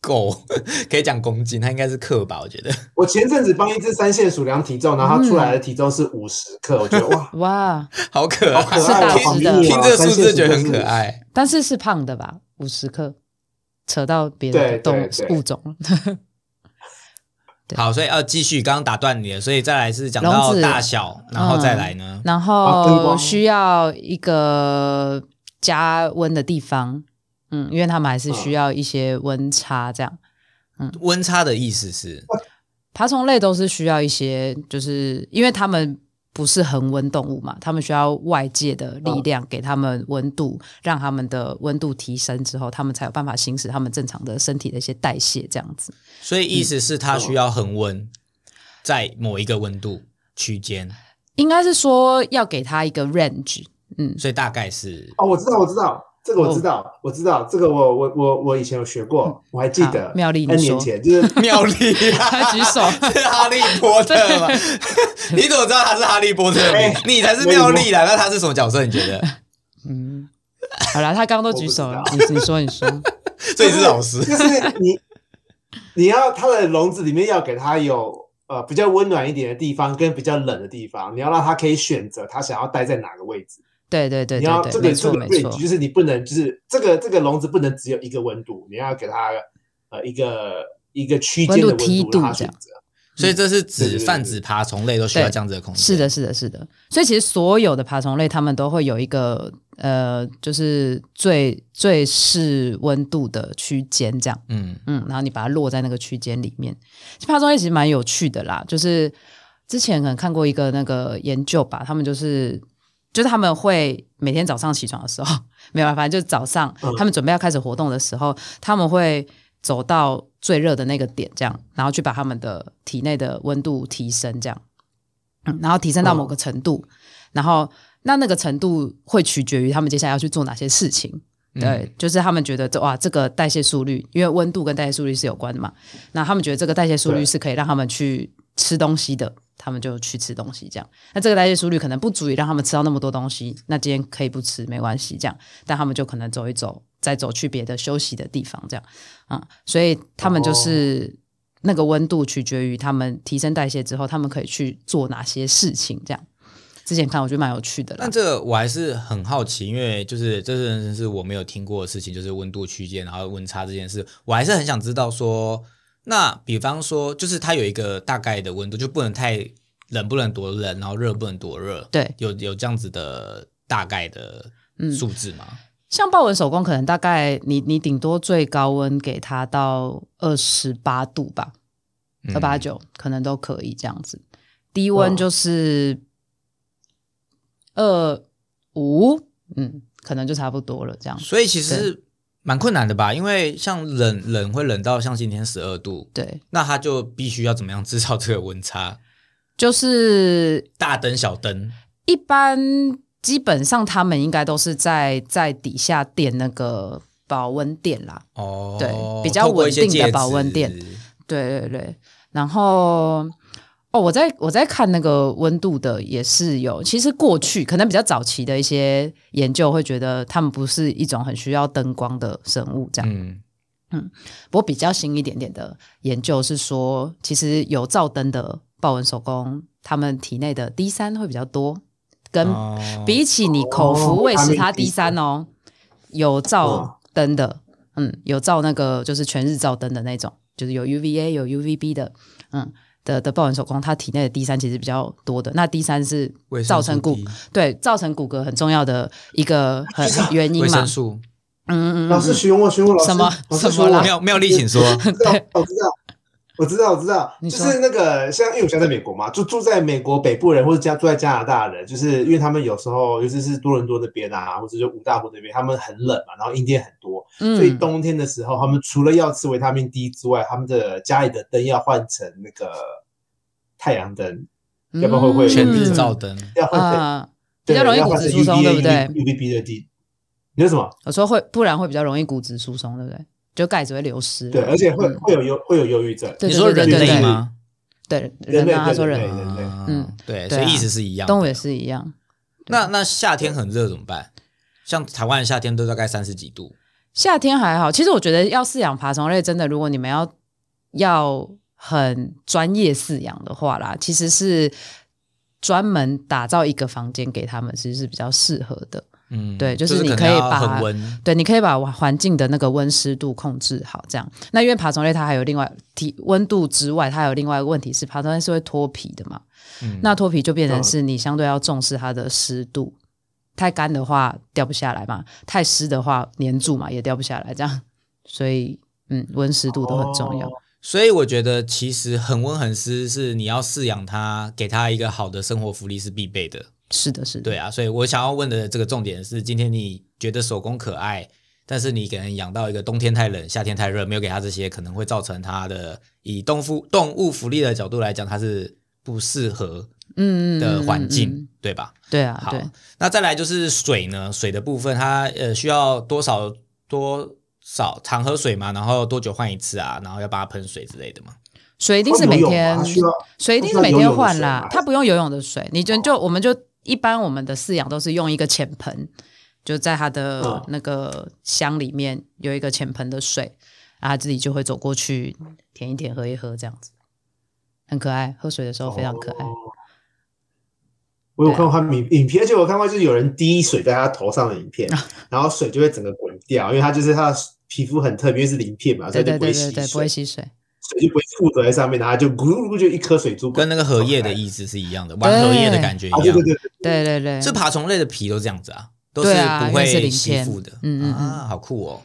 Speaker 1: 狗， [laughs] 可以讲公斤，它应该是克吧？我觉得 [laughs]
Speaker 2: 我前阵子帮一只三线鼠量体重，然后它出来的体重是五十克，
Speaker 3: [laughs]
Speaker 2: 我觉得哇，
Speaker 3: 哇，
Speaker 1: 好可
Speaker 2: 好可
Speaker 1: 爱
Speaker 2: 爱
Speaker 1: 哦，
Speaker 2: 哦，
Speaker 3: 是大
Speaker 1: 听
Speaker 3: 只
Speaker 2: 好
Speaker 3: 的
Speaker 2: 迷你
Speaker 1: 听
Speaker 2: 哦
Speaker 1: 这个
Speaker 2: 三
Speaker 1: 数
Speaker 2: 线
Speaker 1: 字
Speaker 2: 鼠
Speaker 1: 觉得很
Speaker 2: 就是
Speaker 1: 可爱。
Speaker 3: 但是是胖的吧？五十克，扯到别
Speaker 2: 对
Speaker 3: 的动
Speaker 2: 对对
Speaker 3: 物种了。对
Speaker 1: 好，所以要继续，刚刚打断你了，所以再来是讲
Speaker 3: 笼
Speaker 1: 到
Speaker 3: 子
Speaker 1: 大小，然后再来呢？
Speaker 3: 然
Speaker 2: 啊灯
Speaker 3: 后
Speaker 2: 光
Speaker 3: 需要一个加温的地方，嗯，因为他们还是需要一些温差这样。嗯
Speaker 1: 温差的意思是，
Speaker 3: 爬虫类都是需要一些，就是因为它们不是恒温动物嘛，它们需要外界的力量给它们温度，让它们的温度提升之后，它们才有办法行使它们正常的身体的一些代谢这样子。
Speaker 1: 所以意思是它需要恒
Speaker 3: 嗯
Speaker 1: 温，在某一个温度区间，
Speaker 3: 应该是说要给它一个 range，嗯，
Speaker 1: 所以大概
Speaker 3: [laughs]
Speaker 1: 是
Speaker 2: 哦，我知道，我知道，这个我知道，我知道，这个我我我我以前有学过，我还记得
Speaker 3: 嗯好，妙丽你
Speaker 2: N
Speaker 3: 说
Speaker 2: 年前就是
Speaker 1: 妙丽啊。
Speaker 3: 他举手。
Speaker 1: 是哈利波特
Speaker 3: [laughs]
Speaker 1: 吗？你怎么知道他是哈利波特迷？
Speaker 2: 哎
Speaker 1: 你才是妙丽啦！那他是什么角色？你觉得？
Speaker 3: 嗯，好啦，他刚刚都举手了
Speaker 2: 我，不
Speaker 3: 你你说你说，
Speaker 1: 所以是老师
Speaker 2: 就是你你要它的笼子里面要给它有呃比较温暖一点的地方跟比较冷的地方，你要让它可以选择它想要待在哪个位置。
Speaker 3: 对对对
Speaker 2: 你要
Speaker 3: 对
Speaker 2: 这
Speaker 3: 对，
Speaker 2: 个
Speaker 3: 没
Speaker 2: 这
Speaker 3: 错
Speaker 2: 个
Speaker 3: 没
Speaker 2: range
Speaker 3: 错，
Speaker 2: 就是你不能就是这个这个笼子不能只有一个温度，你要给它呃一个一个区间的
Speaker 3: 温
Speaker 2: 温
Speaker 3: 度梯
Speaker 2: 度
Speaker 3: 度
Speaker 2: 让它
Speaker 3: 这
Speaker 2: 选
Speaker 3: 样
Speaker 2: 择。
Speaker 1: 所以这是
Speaker 2: 嗯对
Speaker 1: 指
Speaker 2: 对对
Speaker 1: 泛指爬虫类都需要
Speaker 3: 对
Speaker 1: 这样子的空间。
Speaker 3: 是的，，是的，是的。所以其实所有的爬虫类，它们都会有一个呃，就是最最适温度的区间这样。
Speaker 1: 嗯，
Speaker 3: 嗯，然后你把它落在那个区间里面。其实爬虫类其实蛮有趣的啦，就是之前可能看过一个那个研究吧，他们就是就是他们会每天早上起床的时候， [laughs] 没有办法，反正就是早上
Speaker 2: 嗯
Speaker 3: 他们准备要开始活动的时候，他们会走到最热的那个点，这样，然后去把他们的体内的温度提升，这样，嗯，然后提升到某个程度，然后那那个程度会取决于他们接下来要去做哪些事情。
Speaker 1: 嗯
Speaker 3: 对，就是他们觉得这哇，这个代谢速率，因为温度跟代谢速率是有关的嘛，那他们觉得这个代谢速率
Speaker 2: 对
Speaker 3: 是可以让他们去吃东西的，他们就去吃东西这样。那这个代谢速率可能不足以让他们吃到那么多东西，那今天可以不吃没关系这样，但他们就可能走一走，再走去别的休息的地方这样啊、所以他们就是。那个温度取决于他们提升代谢之后，他们可以去做哪些事情。这样，之前看我觉得蛮有趣的啦
Speaker 1: 但。这个我还是很好奇，因为就是这真是我没有听过的事情，就是温度区间然后温差这件事，我还是很想知道说，那比方说就是它有一个大概的温度，就不能太冷，不能多冷，然后热不能多热，
Speaker 3: 对
Speaker 1: 有有这样子的大概的
Speaker 3: 嗯
Speaker 1: 数字吗？
Speaker 3: 像豹纹手工，可能大概你你顶多最高温给它到二十八度吧，
Speaker 1: 嗯
Speaker 3: 二八九可能都可以这样子。低温就是二五，嗯，可能就差不多了这样。
Speaker 1: 所以其实蛮困难的吧，因为像冷冷会冷到像今天十二度，
Speaker 3: 对，
Speaker 1: 那它就必须要怎么样制造这个温差， [laughs]
Speaker 3: 就是
Speaker 1: 大灯小灯，
Speaker 3: 一般基本上他们应该都是在在底下垫那个保温垫啦，
Speaker 1: 哦，
Speaker 3: 对比较
Speaker 1: 透过一些
Speaker 3: 稳定的
Speaker 1: 介
Speaker 3: 保温
Speaker 1: 质
Speaker 3: 垫对对对，然后哦，我在我在看那个温度的也是有，其实过去可能比较早期的一些研究会觉得它们不是一种很需要灯光的生物这样，
Speaker 1: 嗯，
Speaker 3: 不过比较新一点点的研究是说，其实有照灯的豹纹手工，它们体内的 D 三会比较多，跟
Speaker 1: 哦
Speaker 3: 比起你口服喂食它 D 三哦，有照灯
Speaker 1: 哦
Speaker 3: 的，嗯，有照那个就是全日照灯的那种，就是有 UVA 有 UVB 的，嗯的的豹纹手工，它体内的 D 三其实比较多的。那 D 三是
Speaker 1: 维生素
Speaker 3: 造成骨
Speaker 1: D
Speaker 3: 对造成骨骼很重要的一个很原因
Speaker 1: 啊维
Speaker 3: 嘛
Speaker 1: 生。素，
Speaker 3: 嗯嗯嗯
Speaker 2: 老师询问我，询问我老师
Speaker 3: 什么
Speaker 2: 老师
Speaker 3: 什
Speaker 2: 询
Speaker 3: 么
Speaker 2: 问
Speaker 3: 啦
Speaker 2: 我
Speaker 3: 啊
Speaker 1: 妙妙丽，请
Speaker 2: [laughs]
Speaker 1: 说，
Speaker 2: 我知道，我知道，我知道，我知道，
Speaker 3: 你
Speaker 2: 就
Speaker 3: 说
Speaker 2: 是那个像，因为我现在在美国嘛，就住在美国北部人或者家住在加拿大的人，就是因为他们有时候，尤其是多伦多那边啊，或者就五大湖那边，他们很冷嘛，然后阴天很多，所以
Speaker 3: 嗯，
Speaker 2: 冬天的时候，他们除了要吃维他命 D 之外，他们的家里的灯要换成那个太阳灯，要不然会不会
Speaker 1: 全日
Speaker 2: 嗯
Speaker 1: 照灯，
Speaker 2: 要换成、
Speaker 3: 啊，比
Speaker 2: 对
Speaker 3: 较容易
Speaker 2: 要
Speaker 3: 骨
Speaker 2: 换
Speaker 3: 质
Speaker 2: 成
Speaker 3: 疏松，对不对？
Speaker 2: ？UVB 的 D，你说什么？
Speaker 3: 我说会，不然会比较容易骨质疏松，对不对？就钙质会流失了。
Speaker 2: 对，而且会、
Speaker 3: 嗯
Speaker 2: 会有忧会有忧郁症。
Speaker 3: 对
Speaker 1: 你说
Speaker 3: 对
Speaker 1: 人
Speaker 3: 对对
Speaker 1: 类
Speaker 3: 对
Speaker 1: 吗？
Speaker 3: 对
Speaker 2: 人
Speaker 3: 人
Speaker 2: 类
Speaker 3: 啊，他说
Speaker 2: 对
Speaker 3: 人，
Speaker 2: 对对
Speaker 1: 啊
Speaker 3: 嗯，
Speaker 1: 对，
Speaker 3: 对
Speaker 1: 所
Speaker 3: 啊
Speaker 1: 以意思是一样的，
Speaker 3: 动物也是一样。
Speaker 1: 那那夏天很热怎么办？像台湾的夏天都大概三十几度，
Speaker 3: 夏天还好，其实我觉得要饲养爬虫类，真的，如果你们要要很专业饲养的话啦，其实是专门打造一个房间给他们，其实是比较适合的。
Speaker 1: 嗯，
Speaker 3: 对就是
Speaker 1: 是
Speaker 3: 你
Speaker 1: 可
Speaker 3: 可
Speaker 1: 能
Speaker 3: 以
Speaker 1: 要
Speaker 3: 把
Speaker 1: 恒温，
Speaker 3: 对，你可以把环环境的那个温湿度控制好，这样。那因为爬虫类它还有另外体温度之外，它还有另外一个问题是，爬虫类是会脱皮的嘛？
Speaker 1: 嗯
Speaker 3: 那脱皮就变成
Speaker 2: 嗯
Speaker 3: 是你相对要重视它的湿度，太干的话掉不下来嘛，太湿的话粘住嘛也掉不下来，这样。所以，嗯，温湿度都很重要。
Speaker 2: 哦
Speaker 1: 所以我觉得其实恒温恒湿是你要饲养它，给它一个好的生活福利是必备的。
Speaker 3: 是的，是的，
Speaker 1: 对啊，所以我想要问的这个重点是，今天你觉得手工可爱，但是你可能养到一个冬天太冷、夏天太热，没有给它这些，可能会造成它的以动物动物福利的角度来讲，它是不适合
Speaker 3: 嗯嗯
Speaker 1: 的环境，
Speaker 3: 嗯嗯嗯
Speaker 1: 对吧？
Speaker 3: 对啊，
Speaker 1: 好
Speaker 3: 对。
Speaker 1: 那再来就是水呢，水的部分它呃需要多少多少常喝水嘛，然后多久换一次啊，然后要帮它喷水之类的嘛。
Speaker 3: 水一定是
Speaker 2: 会
Speaker 3: 每
Speaker 2: 游泳
Speaker 3: 天
Speaker 2: 吗需要
Speaker 3: 水一定是每天换啦，它不用游泳的水，你
Speaker 2: 哦
Speaker 3: 就就我们就一般我们的饲养都是用一个浅盆，就在它的
Speaker 2: 嗯
Speaker 3: 那个箱里面有一个浅盆的水，啊，它自己就会走过去舔一舔、喝一喝这样子，很可爱。喝水的时候非常可爱，啊
Speaker 2: 哦我有看过他们影影片，而且我看过就是有人滴水在他头上的影片，
Speaker 3: 啊
Speaker 2: 然后水就会整个滚掉，因为他就是他的皮肤很特别，因为是鳞片嘛，所
Speaker 3: 对
Speaker 2: 以就
Speaker 3: 对
Speaker 2: 不会
Speaker 3: 对对
Speaker 2: 吸
Speaker 3: 对，不
Speaker 2: 水
Speaker 3: 会，吸水，
Speaker 2: 水就不会附着在上面，然后它就咕噜咕噜就一颗水珠
Speaker 1: 跟
Speaker 2: 滚。
Speaker 1: 那个荷叶的意思是一样的，玩荷叶的感觉一
Speaker 2: 啊，对
Speaker 1: 样
Speaker 2: 对。对，对
Speaker 3: 对对对，
Speaker 1: 是爬虫类的皮都这样子啊，都是
Speaker 3: 对啊
Speaker 1: 不
Speaker 3: 因为是
Speaker 1: 会
Speaker 3: 鳞
Speaker 1: 吸
Speaker 3: 片
Speaker 1: 附的。
Speaker 3: 嗯嗯嗯嗯
Speaker 1: 啊，好酷哦！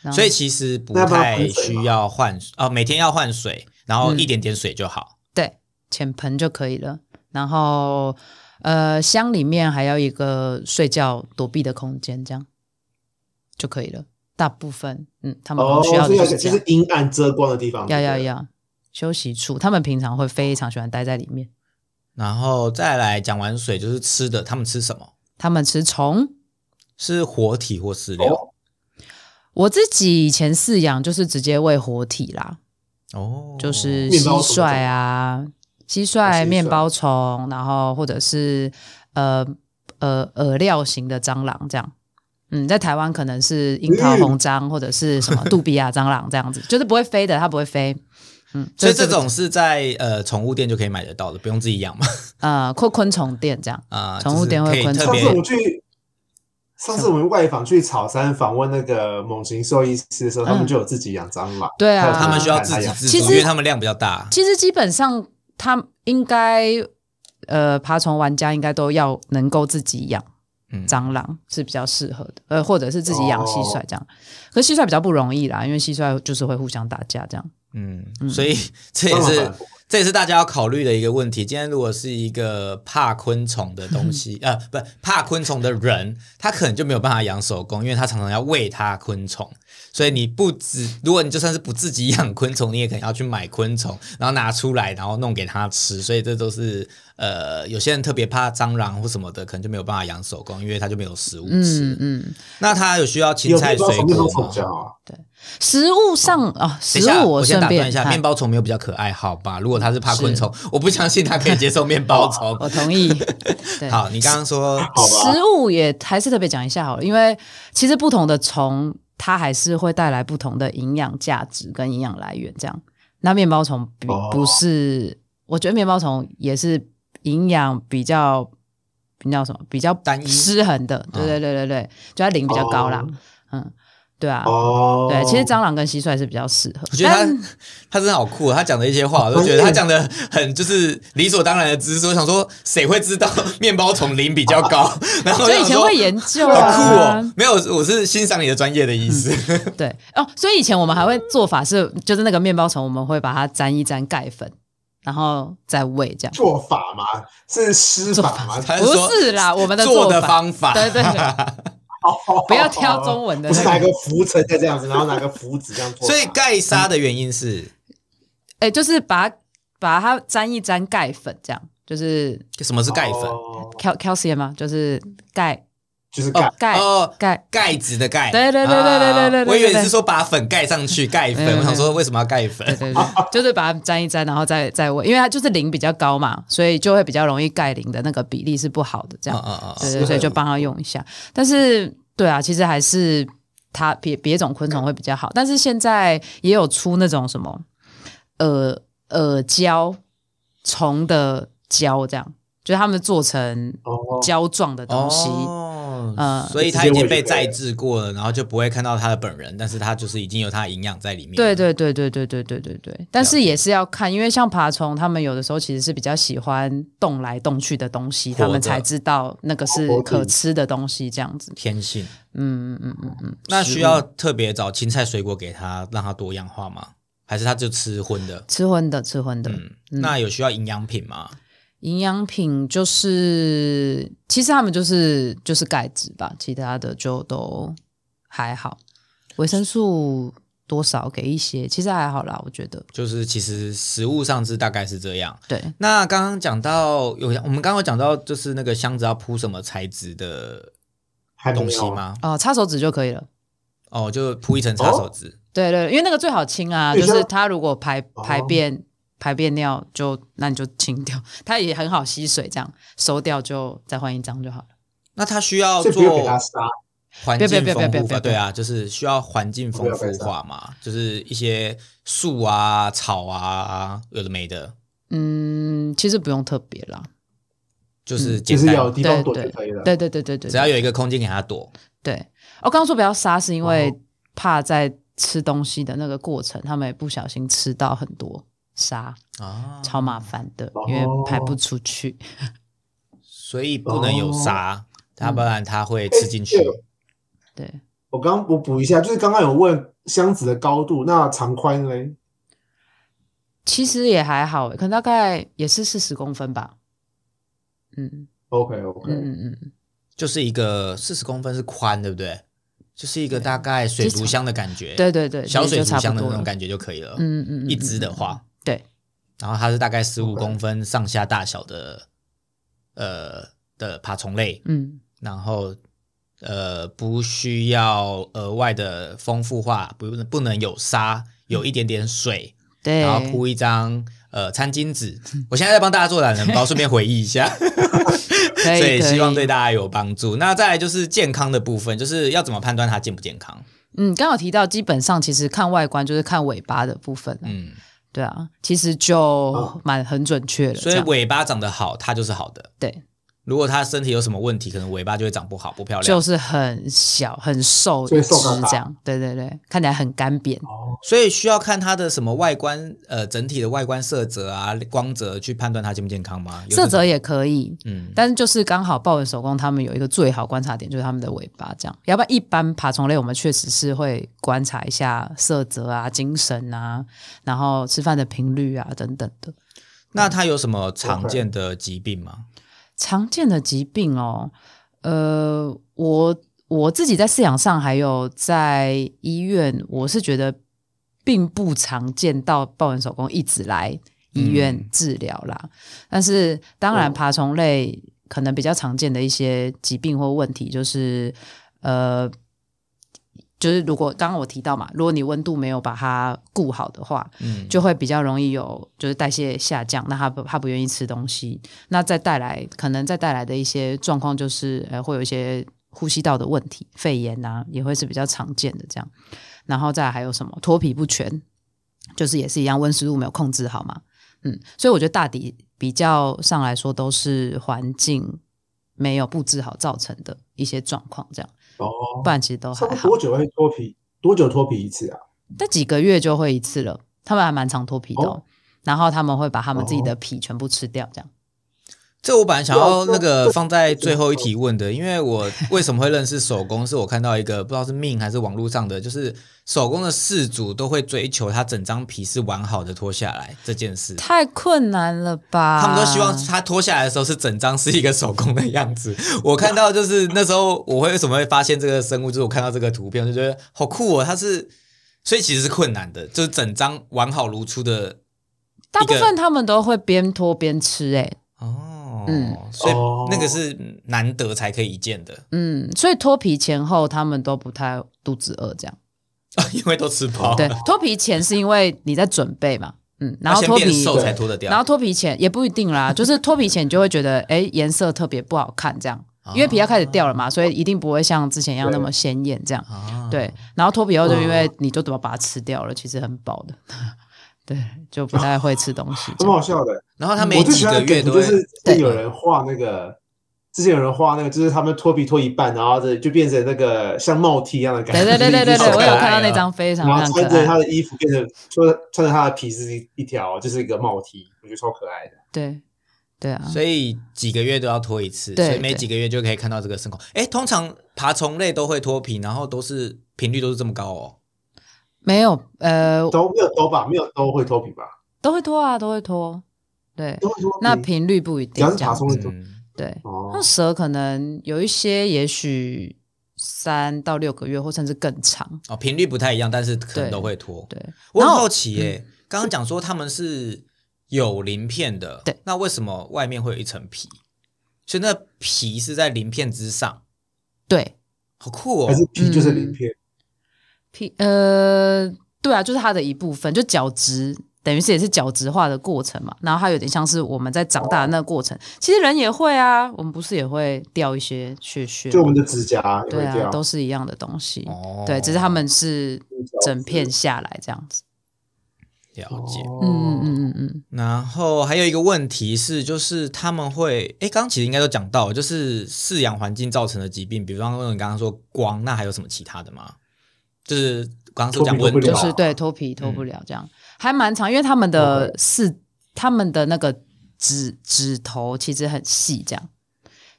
Speaker 3: 然后
Speaker 1: 所以其实不
Speaker 2: 那要帮它
Speaker 1: 太
Speaker 2: 喷水
Speaker 1: 需
Speaker 2: 吗
Speaker 1: 要换啊、每天要换水，然后
Speaker 3: 嗯
Speaker 1: 一点点水就好。
Speaker 3: 对，浅盆就可以了。然后呃，箱里面还要一个睡觉躲避的空间，这样就可以了。大部分，嗯，他们好
Speaker 2: 哦，
Speaker 3: 像需
Speaker 2: 所以要
Speaker 3: 要的就是这
Speaker 2: 就
Speaker 3: 样，
Speaker 2: 是阴暗遮光的地方。
Speaker 3: 要
Speaker 2: 对不
Speaker 3: 要
Speaker 2: 对，
Speaker 3: 要休息处，他们平常会非常喜欢待在里面。
Speaker 1: 然后再来讲完水就是吃的，他们吃什么？
Speaker 3: 他们吃虫，
Speaker 1: 是活体或饲料？
Speaker 3: 我自己以前饲养就是直接喂活体啦，
Speaker 1: 哦，
Speaker 3: 就是
Speaker 2: 面
Speaker 3: 蟋
Speaker 2: 包虫
Speaker 3: 蟀啊，蟋
Speaker 2: 啊蟋
Speaker 3: 蟀、
Speaker 2: 蟀
Speaker 3: 面包虫，然后或者是呃呃饵料型的蟑螂这样。嗯，在台湾可能是樱桃
Speaker 2: 嗯
Speaker 3: 红蟑、或者是什么杜比亚蟑螂这样子，就是不会飞的，它不会飞。嗯，
Speaker 1: 所以
Speaker 3: 就
Speaker 1: 这
Speaker 3: 是
Speaker 1: 种是在呃宠物店就可以买得到的，不用自己养嘛。
Speaker 3: 呃昆昆虫店这样，
Speaker 1: 啊，
Speaker 3: [laughs] 宠物店
Speaker 1: 就是可
Speaker 3: 会
Speaker 1: 以
Speaker 3: 昆虫
Speaker 1: 特
Speaker 2: 上次我
Speaker 1: 别
Speaker 2: 们去，上次我们外访去草山访问那个猛禽兽医师的时候，他
Speaker 3: 嗯
Speaker 2: 们就有自己养蟑螂，
Speaker 3: 对啊
Speaker 2: 还有
Speaker 1: 他们需要
Speaker 2: 看
Speaker 1: 自
Speaker 2: 它
Speaker 1: 己
Speaker 2: 养
Speaker 1: 自
Speaker 3: 其
Speaker 1: 主，
Speaker 3: 实
Speaker 1: 因为他们量比较大。
Speaker 3: 其实基本上它应该呃爬虫玩家应该都要能够自己养。
Speaker 1: 嗯，
Speaker 3: 蟑螂是比较适合的，呃，或者是自己养
Speaker 2: 哦
Speaker 3: 蟋蟀这样。可是蟋蟀比较不容易啦，因为蟋蟀就是会互相打架这样。
Speaker 1: 嗯，
Speaker 3: 嗯
Speaker 1: 所以这也
Speaker 2: 蟑螂
Speaker 1: 是
Speaker 2: 反而
Speaker 1: 这也是大家要考虑的一个问题。今天如果是一个怕昆虫的东西，
Speaker 2: 嗯
Speaker 1: 呃，不怕昆虫的人，他可能就没有办法养手工，因为他常常要喂它昆虫。所以你不止，如果你就算是不自己养昆虫，你也可能要去买昆虫，然后拿出来，然后弄给它吃。所以这都是呃，有些人特别怕蟑螂或什么的，可能就没有办法养手工，因为它就没有食物吃。
Speaker 3: 嗯嗯，
Speaker 1: 那它有需要青
Speaker 2: 有
Speaker 1: 菜
Speaker 2: 面包
Speaker 1: 水
Speaker 2: 虫，面包
Speaker 1: 果
Speaker 2: 虫
Speaker 1: 吗
Speaker 2: 比？较好啊。
Speaker 3: 食物上啊，
Speaker 1: 哦等
Speaker 3: 食
Speaker 1: 一下，
Speaker 3: 物
Speaker 1: 我先
Speaker 3: 顺
Speaker 1: 打断
Speaker 3: 便
Speaker 1: 一下，
Speaker 3: 看
Speaker 1: 面包虫没有比较可爱，好吧？如果他是怕昆虫，我不相信他可以接受面包虫。
Speaker 3: 我
Speaker 1: [laughs]
Speaker 3: 同意。哦对，
Speaker 1: 好，你刚刚
Speaker 3: [laughs]
Speaker 1: 说
Speaker 2: 好吧
Speaker 3: 食物也还是特别讲一下好了，因为其实不同的虫，它还是会带来不同的营养价值跟营养来源。这样，那面包虫比
Speaker 2: 哦
Speaker 3: 不是，我觉得面包虫也是营养比较。比较什么？比较
Speaker 1: 单一哦
Speaker 3: 失衡的，对对对对对，就它磷比较高啦，嗯，对啊，
Speaker 2: 哦，
Speaker 3: 对，其实蟑螂跟蟋蟀是比较适合，
Speaker 1: 我觉得他
Speaker 3: 但
Speaker 1: 他真的好酷、哦，他讲的一些话，我都觉得他讲的很就是理所当然的知识。我想说，谁会知道面包虫磷比较
Speaker 3: [laughs]
Speaker 1: 高？然后我
Speaker 3: 所以以
Speaker 1: 想
Speaker 3: 前
Speaker 1: 说
Speaker 3: 会研究
Speaker 1: 好酷
Speaker 3: 啊，
Speaker 1: 哦，没有，我是欣赏你的专业的意思。
Speaker 3: 对哦，所以以前我们还会做法是，就是那个面包虫，我们会把它沾一沾钙粉，然后再喂这样。
Speaker 2: 做法嘛，是施法嘛，
Speaker 1: 他
Speaker 3: 不
Speaker 1: 说
Speaker 3: 是啦，我们的
Speaker 1: [laughs] 做的
Speaker 3: 法
Speaker 1: 方法，
Speaker 3: 对对对 [laughs] 不要挑中文的
Speaker 2: 不是
Speaker 3: 那
Speaker 2: 拿
Speaker 3: 个哦
Speaker 2: 个浮尘再这样子，然后拿个符纸这样做法。
Speaker 3: [laughs]
Speaker 1: 所以盖沙的原因是
Speaker 3: 哎、就是把它把它沾一沾钙粉，这样就是
Speaker 1: 什么是钙粉？
Speaker 2: 哦
Speaker 3: cal calcium 吗？就是钙
Speaker 2: 就是盖
Speaker 1: 哦
Speaker 3: 钙
Speaker 1: 哦
Speaker 3: 钙。
Speaker 1: 盖子的盖，
Speaker 3: 对对对对对对对对
Speaker 1: 啊我以为你是说把粉盖上去盖粉
Speaker 3: 没有，
Speaker 1: 我想说为什么要盖粉
Speaker 3: 对？
Speaker 1: [laughs]
Speaker 3: 对对，就是把它沾一沾，然后再再喂，因为它就是磷比较高嘛，所以就会比较容易钙磷的那个比例是不好的，这
Speaker 1: 嗯
Speaker 3: 样。
Speaker 1: 嗯嗯，
Speaker 3: 对对，所以就帮他用一下。但是，对啊，其实还是它别别种昆虫会比较好。但是现在也有出那种什么耳耳胶虫的胶，这样就是他们做成
Speaker 2: 哦
Speaker 3: 胶状的东西。
Speaker 1: 哦哦，
Speaker 3: 嗯
Speaker 1: 所以
Speaker 2: 直
Speaker 1: 它
Speaker 2: 接
Speaker 1: 已经
Speaker 2: 喂
Speaker 1: 被
Speaker 2: 就
Speaker 1: 再
Speaker 2: 对了
Speaker 1: 制过了，然后就不会看到它的本人，但是它就是已经有它的营养在里面。
Speaker 3: 对，对对对对对对对对，但
Speaker 1: 了
Speaker 3: 是也是要看，因为像爬虫，它们有的时候其实是比较喜欢动来动去的东西，
Speaker 1: 活着
Speaker 3: 它们才知道那个是可吃的东西，这样子。
Speaker 1: 天性。
Speaker 3: 嗯嗯嗯嗯嗯。
Speaker 1: 那
Speaker 3: 食物
Speaker 1: 需要特别找青菜水果给它，让它多样化吗？还是它就吃荤的？
Speaker 3: 吃荤的，吃荤的。
Speaker 1: 嗯，那有需要营养品吗？
Speaker 3: 营养品就是，其实他们就是就是钙质吧，其他的就都还好。维生素多少给一些，其实还好啦，我觉得。
Speaker 1: 就是其实食物上是大概是这样。
Speaker 3: 对，
Speaker 1: 那刚刚讲到有，我们刚刚有讲到就是那个箱子要铺什么材质的
Speaker 2: 还没
Speaker 1: 东西
Speaker 2: 有啊
Speaker 1: 吗？
Speaker 3: 哦、擦手指就可以了。
Speaker 1: 哦，就铺一层擦手纸。
Speaker 2: 哦
Speaker 3: 对对，因为那个最好清啊，
Speaker 2: 对
Speaker 3: 就是
Speaker 2: 像
Speaker 3: 它如果排
Speaker 2: 哦
Speaker 3: 排便、排便尿就那你就清掉，它也很好吸水，这样收掉就再换一张就好了。
Speaker 1: 那它需要
Speaker 2: 所以不用给它
Speaker 1: 做
Speaker 2: 杀，
Speaker 1: 环境
Speaker 3: 不要不要不要
Speaker 1: 丰
Speaker 3: 不要
Speaker 1: 富
Speaker 3: 不
Speaker 1: 化，
Speaker 3: 要
Speaker 1: 对啊，就是需要环境丰富化
Speaker 2: 啊
Speaker 1: 嘛，就是一些树啊、草啊，有的没的，
Speaker 3: 嗯，其实不用特别啦，
Speaker 1: 就是
Speaker 2: 嗯就
Speaker 1: 简
Speaker 2: 是
Speaker 1: 单，
Speaker 2: 要有地方
Speaker 3: 对
Speaker 2: 躲就
Speaker 3: 对
Speaker 2: 可以了。
Speaker 3: 对对对对对，
Speaker 1: 只要有一个空间给它躲。
Speaker 3: 对。我刚刚说不要杀，是因为
Speaker 2: 哦
Speaker 3: 怕在吃东西的那个过程，他们也不小心吃到很多沙，
Speaker 1: 啊，
Speaker 3: 超麻烦的，
Speaker 2: 哦
Speaker 3: 因为排不出去。
Speaker 1: 所以不能有
Speaker 2: 哦嗯
Speaker 1: 沙，它不然它会吃进去。
Speaker 3: 对，
Speaker 2: 我刚我补一下，就是刚刚有问箱子的高度，那长宽嘞？
Speaker 3: 其实也还好，欸可能大概也是四十公分吧。嗯
Speaker 2: OK
Speaker 1: 哦
Speaker 2: OK，、
Speaker 3: 嗯嗯嗯。
Speaker 1: 就是一个四十公分是宽，对不对？就是一个大概水族箱的感觉，
Speaker 3: 对对对，
Speaker 1: 小水
Speaker 3: 就
Speaker 1: 族
Speaker 3: 差
Speaker 1: 箱
Speaker 3: 不
Speaker 1: 的
Speaker 3: 多
Speaker 1: 那种
Speaker 3: 了
Speaker 1: 感觉就可以了。
Speaker 3: 嗯嗯嗯，
Speaker 1: 一只的
Speaker 3: 嗯，
Speaker 1: 话，
Speaker 3: 嗯对，
Speaker 1: 然后它是大概十五
Speaker 2: OK
Speaker 1: 公分上下大小的，呃的爬虫类，
Speaker 3: 嗯
Speaker 1: 然后呃不需要额外的丰富化，不能不能有沙，有一点点水，
Speaker 3: 对，
Speaker 1: 然后铺一张呃餐巾
Speaker 3: [laughs]
Speaker 1: 纸。我现在在帮大家做懒人包，顺便回忆一下。
Speaker 3: 可以，
Speaker 1: 所以
Speaker 3: 可
Speaker 1: 希望对大家有帮助。那再来就是健康的部分，就是要怎么判断它健不健康？
Speaker 3: 嗯，刚好提到，基本上其实看外观就是看尾巴的部分啊，
Speaker 1: 嗯，
Speaker 3: 对啊，其实就
Speaker 2: 哦
Speaker 3: 蛮很准确的，
Speaker 1: 所以
Speaker 3: 这样
Speaker 1: 尾巴长得好，它就是好的。
Speaker 3: 对，
Speaker 1: 如果它身体有什么问题，可能尾巴就会长不好、不漂亮。
Speaker 3: 就是很小很瘦
Speaker 2: 所
Speaker 3: 的
Speaker 2: 以
Speaker 3: 只
Speaker 2: 瘦高大
Speaker 3: 这样，对对对，看起来很干瘪，
Speaker 2: 哦，
Speaker 1: 所以需要看它的什么外观，呃，整体的外观色泽啊、光泽去判断它健不健康吗？有这
Speaker 3: 色
Speaker 1: 种
Speaker 3: 泽，也可以。
Speaker 1: 嗯，
Speaker 3: 但是就是刚好豹纹手工他们有一个最好观察点，就是他们的尾巴这样。要不然一般爬虫类我们确实是会观察一下色泽啊、精神啊，然后吃饭的频率啊等等的。
Speaker 1: 那它有什么常见的疾病吗？
Speaker 3: 常见的疾病哦，呃，我我自己在饲养上，还有在医院，我是觉得并不常见到豹纹手工一直来医院
Speaker 1: 嗯
Speaker 3: 治疗啦。但是当然，
Speaker 2: 哦
Speaker 3: 爬虫类可能比较常见的一些疾病或问题，就是呃。就是如果刚刚我提到嘛，如果你温度没有把它顾好的话，
Speaker 1: 嗯，
Speaker 3: 就会比较容易有就是代谢下降，那他不他不愿意吃东西，那再带来可能再带来的一些状况就是呃会有一些呼吸道的问题，肺炎啊也会是比较常见的这样，然后再来还有什么脱皮不全，就是也是一样温湿度没有控制好嘛，嗯，所以我觉得大抵比较上来说都是环境没有布置好造成的一些状况这样，
Speaker 2: 哦
Speaker 3: 不，然其实都
Speaker 2: 差
Speaker 3: 还
Speaker 2: 不多
Speaker 3: 好，
Speaker 2: 多久会脱皮？多久脱皮一次啊？
Speaker 3: 但几个月就会一次了，他们还蛮常脱皮的、哦，
Speaker 2: 哦
Speaker 3: 然后他们会把他们自
Speaker 1: 哦
Speaker 3: 己的皮全部吃掉，这样。
Speaker 1: 这我本来想要那个
Speaker 2: 这
Speaker 1: 放在最后一题问的，因为我为什么会认识手工，是我看到一个不知道是命还是网络上的，就是手工的事主都会追求他整张皮是完好的脱下来这件事，
Speaker 3: 太困难了吧？
Speaker 1: 他们都希望他脱下来的时候是整张是一个手工的样子。 [laughs] 我看到就是那时候我会为什么会发现这个生物，就是我看到这个图片我就觉得好酷哦，它是所以其实是困难的，就是整张完好如初的
Speaker 3: 大部分他们都会边拖边吃、欸，哎，
Speaker 1: 哦，
Speaker 3: 嗯
Speaker 1: 所以
Speaker 2: 哦
Speaker 1: 那个是难得才可以一见的。 [laughs]
Speaker 3: 嗯，所以脱皮前后他们都不太肚子饿，这样。
Speaker 1: 因为都吃饱了，
Speaker 3: 对，脱皮前是因为你在准备嘛，嗯，然后
Speaker 1: 要先
Speaker 3: 脱
Speaker 1: 变
Speaker 3: 皮，
Speaker 1: 瘦才脱得掉，
Speaker 3: 然后脱皮前也不一
Speaker 1: [laughs]
Speaker 3: 定啦，就是脱皮前你就会觉得，哎，颜色特别不好看，这样，
Speaker 1: 哦
Speaker 3: 因为皮要开始掉了嘛，所以一定不会像之前一样那么鲜艳，这样。
Speaker 2: 嗯
Speaker 1: 啊，
Speaker 3: 对，然后脱皮后就因为你就怎么把它吃掉了，其实很饱的， [laughs] 对，就不太会吃东西这
Speaker 2: 很好
Speaker 3: 样。
Speaker 2: 笑的。
Speaker 1: 然后他
Speaker 2: 我
Speaker 1: 每
Speaker 2: 最
Speaker 1: 几
Speaker 2: 喜欢
Speaker 1: 个
Speaker 2: 的
Speaker 1: 月都
Speaker 2: 梗图就
Speaker 1: 会
Speaker 2: 是
Speaker 3: 对
Speaker 2: 有人画那个之前有人画那个，就是他们脱皮脱一半，然后这就变成那个像帽 T 一样的感
Speaker 3: 对
Speaker 2: 觉。
Speaker 3: 对对对对对，
Speaker 1: 好可
Speaker 3: 我
Speaker 1: 爱啊
Speaker 3: 有看到那张非常
Speaker 2: 然
Speaker 3: 非
Speaker 2: 后
Speaker 3: 常可
Speaker 2: 穿着他
Speaker 3: 爱。
Speaker 2: 的衣服变成穿穿着他的皮是一一条，就是一个帽 T，我觉得超可爱的。
Speaker 3: 对对啊，
Speaker 1: 所以几个月都要脱一次，
Speaker 3: 对
Speaker 1: 所以每
Speaker 3: 对
Speaker 1: 几个月就可以看到这个牲口。哎，通常爬虫类都会脱皮，然后都是频率都是这么高哦。
Speaker 3: 没有呃，
Speaker 2: 都没有都吧，没有都会脱皮吧？
Speaker 3: 都会脱啊，都会脱。对，
Speaker 2: 都会脱皮。
Speaker 3: 那频率不一
Speaker 2: 只
Speaker 3: 定
Speaker 2: 要是
Speaker 3: 这
Speaker 2: 爬
Speaker 3: 样
Speaker 2: 虫
Speaker 3: 子。
Speaker 2: 类都
Speaker 1: 嗯，
Speaker 3: 对，
Speaker 2: 哦
Speaker 3: 那，蛇可能有一些，也许三到六个月，或甚至更长。
Speaker 1: 哦，频率不太一样，但是可能
Speaker 3: 对
Speaker 1: 都会脱。
Speaker 3: 对，
Speaker 1: 我
Speaker 3: 然
Speaker 1: 很
Speaker 3: 后嗯
Speaker 1: 好奇耶、刚刚讲说他们是有鳞片的，
Speaker 3: 对，
Speaker 1: 那为什么外面会有一层皮？所以那皮是在鳞片之上，
Speaker 3: 对
Speaker 1: 好酷哦
Speaker 2: 还！是皮就是鳞片，
Speaker 3: 嗯皮呃，对啊，就是它的一部分，就角质，等于是也是角质化的过程嘛。然后它有点像是我们在长大的那个过程。其实人也会啊，我们不是也会掉一些血屑吗？
Speaker 2: 就我们的指甲也
Speaker 3: 对
Speaker 2: 会
Speaker 3: 啊，
Speaker 2: 掉，哦
Speaker 3: 都是一样的东西。
Speaker 1: 哦
Speaker 3: 对，只是他们是
Speaker 2: 角质
Speaker 3: 整片下来这样子。
Speaker 1: 了解。
Speaker 2: 哦
Speaker 3: 嗯嗯嗯嗯嗯，
Speaker 1: 然后还有一个问题是，就是他们会，哎，刚刚其实应该都讲到，就是饲养环境造成的疾病，比方说你刚刚说光，那还有什么其他的吗？就是刚刚是不是讲
Speaker 2: 脱
Speaker 1: 温
Speaker 2: 皮脱不
Speaker 1: 度
Speaker 2: 啊
Speaker 3: 就
Speaker 2: 了
Speaker 3: 是对脱皮脱
Speaker 2: 嗯
Speaker 3: 不了这样，还蛮长，因为他们的是他们的那个指指头其实很细这样，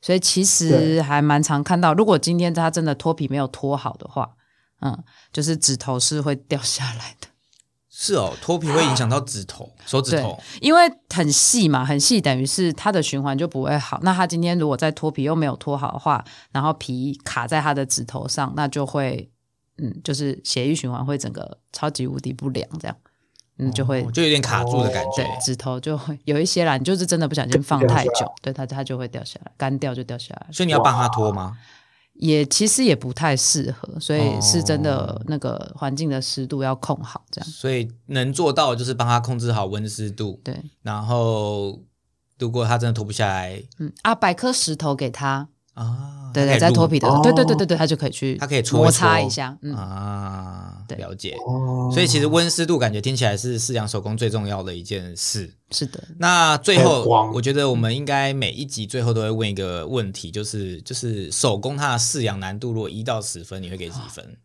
Speaker 3: 所以其实
Speaker 2: 对
Speaker 3: 还蛮常看到。如果今天它真的脱皮没有脱好的话，嗯，就是指头是会掉下来的。
Speaker 1: 是哦，脱皮会影响到指头、手指
Speaker 3: 对
Speaker 1: 头，
Speaker 3: 因为很细嘛，很细，等于是它的循环就不会好。那它今天如果再脱皮又没有脱好的话，然后皮卡在它的指头上，那就会，嗯，就是血液循环会整个超级无敌不良，这样，嗯，就会、
Speaker 1: 哦就有点卡住的感觉
Speaker 3: 对。指头就会有一些啦，你就是真的不小心放太久，对它它就会掉下来，干掉就掉下来了。
Speaker 1: 所以你要帮他脱吗？
Speaker 3: 也其实也不太适合，所以是真
Speaker 1: 哦
Speaker 3: 的那个环境的湿度要控好，这样
Speaker 1: 所以能做到的就是帮他控制好温湿度，
Speaker 3: 对，
Speaker 1: 然后如果他真的脱不下来
Speaker 3: 嗯啊，百颗石头给它。
Speaker 1: 啊，
Speaker 3: 对
Speaker 1: 他可
Speaker 3: 对，
Speaker 1: 以
Speaker 3: 在
Speaker 1: 撸
Speaker 3: 脱皮的时候，
Speaker 2: 哦
Speaker 3: 对对对对对，它就可以去，
Speaker 1: 它可以搓一
Speaker 3: 摩擦
Speaker 1: 搓
Speaker 3: 一下，嗯，
Speaker 1: 啊，
Speaker 3: 对
Speaker 1: 了解。
Speaker 3: 嗯
Speaker 2: 哦
Speaker 1: 所以其实温湿度感觉听起来是饲养手工最重要的一件事。
Speaker 3: 是的，
Speaker 1: 那最
Speaker 2: 还有
Speaker 1: 后
Speaker 2: 光，
Speaker 1: 我觉得我们应该每一集最后都会问一个问题，就是就是手工它的饲养难度，如果一到十分，你会给几分？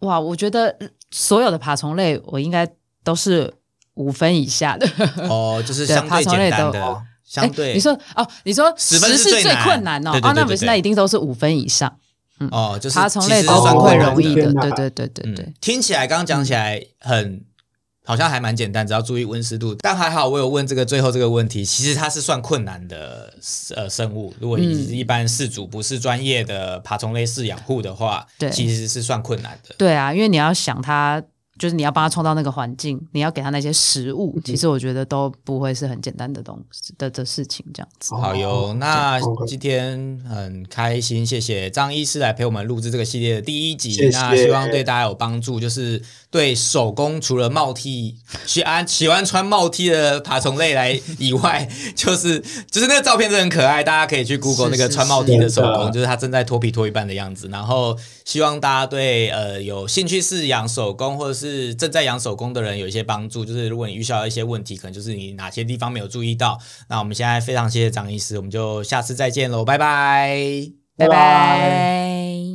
Speaker 3: 哇，我觉得呃所有的爬虫类，我应该都是五分以下的。 [laughs]
Speaker 1: 哦，就是
Speaker 3: 对
Speaker 1: 相对
Speaker 3: 爬虫
Speaker 1: 简
Speaker 3: 类
Speaker 1: 单
Speaker 3: 都
Speaker 1: 的
Speaker 3: 哦，
Speaker 1: 相对
Speaker 3: 你说哦，你说
Speaker 1: 10分是
Speaker 3: 是
Speaker 1: 最
Speaker 3: 最
Speaker 1: 难
Speaker 3: 困难哦，
Speaker 1: 对对
Speaker 3: 哦，
Speaker 1: 对对
Speaker 3: 那不是，
Speaker 1: 对
Speaker 3: 那一定都是五分以上，
Speaker 1: 哦，就是
Speaker 3: 爬虫类
Speaker 1: 其实
Speaker 3: 都
Speaker 1: 算
Speaker 3: 不会
Speaker 1: 困难
Speaker 3: 容易的，
Speaker 2: 天哪
Speaker 3: 对对对对嗯对
Speaker 1: 嗯，，听起来刚刚讲起来很好像还蛮简单，只要注意温湿度。但还好我有问这个最后这个问题，其实它是算困难的呃生物。如果
Speaker 3: 嗯
Speaker 1: 一般饲主不是专业的爬虫类饲养户的话，
Speaker 3: 对
Speaker 1: 其实是算困难的。
Speaker 3: 对啊，因为你要想它。就是你要帮它创造那个环境，你要给它那些食
Speaker 1: 嗯
Speaker 3: 物，其实我觉得都不会是很简单的东西的的事情，这样子。
Speaker 1: 哦好哟，那
Speaker 2: 对，OK
Speaker 1: 今天很开心，谢谢张医师来陪我们录制这个系列的第一集。
Speaker 2: 谢谢
Speaker 1: 那希望对大家有帮助，就是对手工除了帽 T 喜欢喜欢穿帽 T 的爬虫类来以外， [laughs] 就是就是那个照片真的很可爱，大家可以去 Google
Speaker 3: 是
Speaker 1: 那个
Speaker 3: 是
Speaker 1: 穿帽 T 的手
Speaker 2: 是
Speaker 1: 工，
Speaker 2: 的
Speaker 1: 就是它正在脱皮脱一半的样子。然后希望大家对呃有兴趣是养手工或者是正在养手工的人有一些帮助，就是如果你遇到一些问题，可能就是你哪些地方没有注意到。那我们现在非常谢谢张医师，我们就下次再见喽，拜拜。
Speaker 3: 拜
Speaker 2: 拜
Speaker 3: 拜。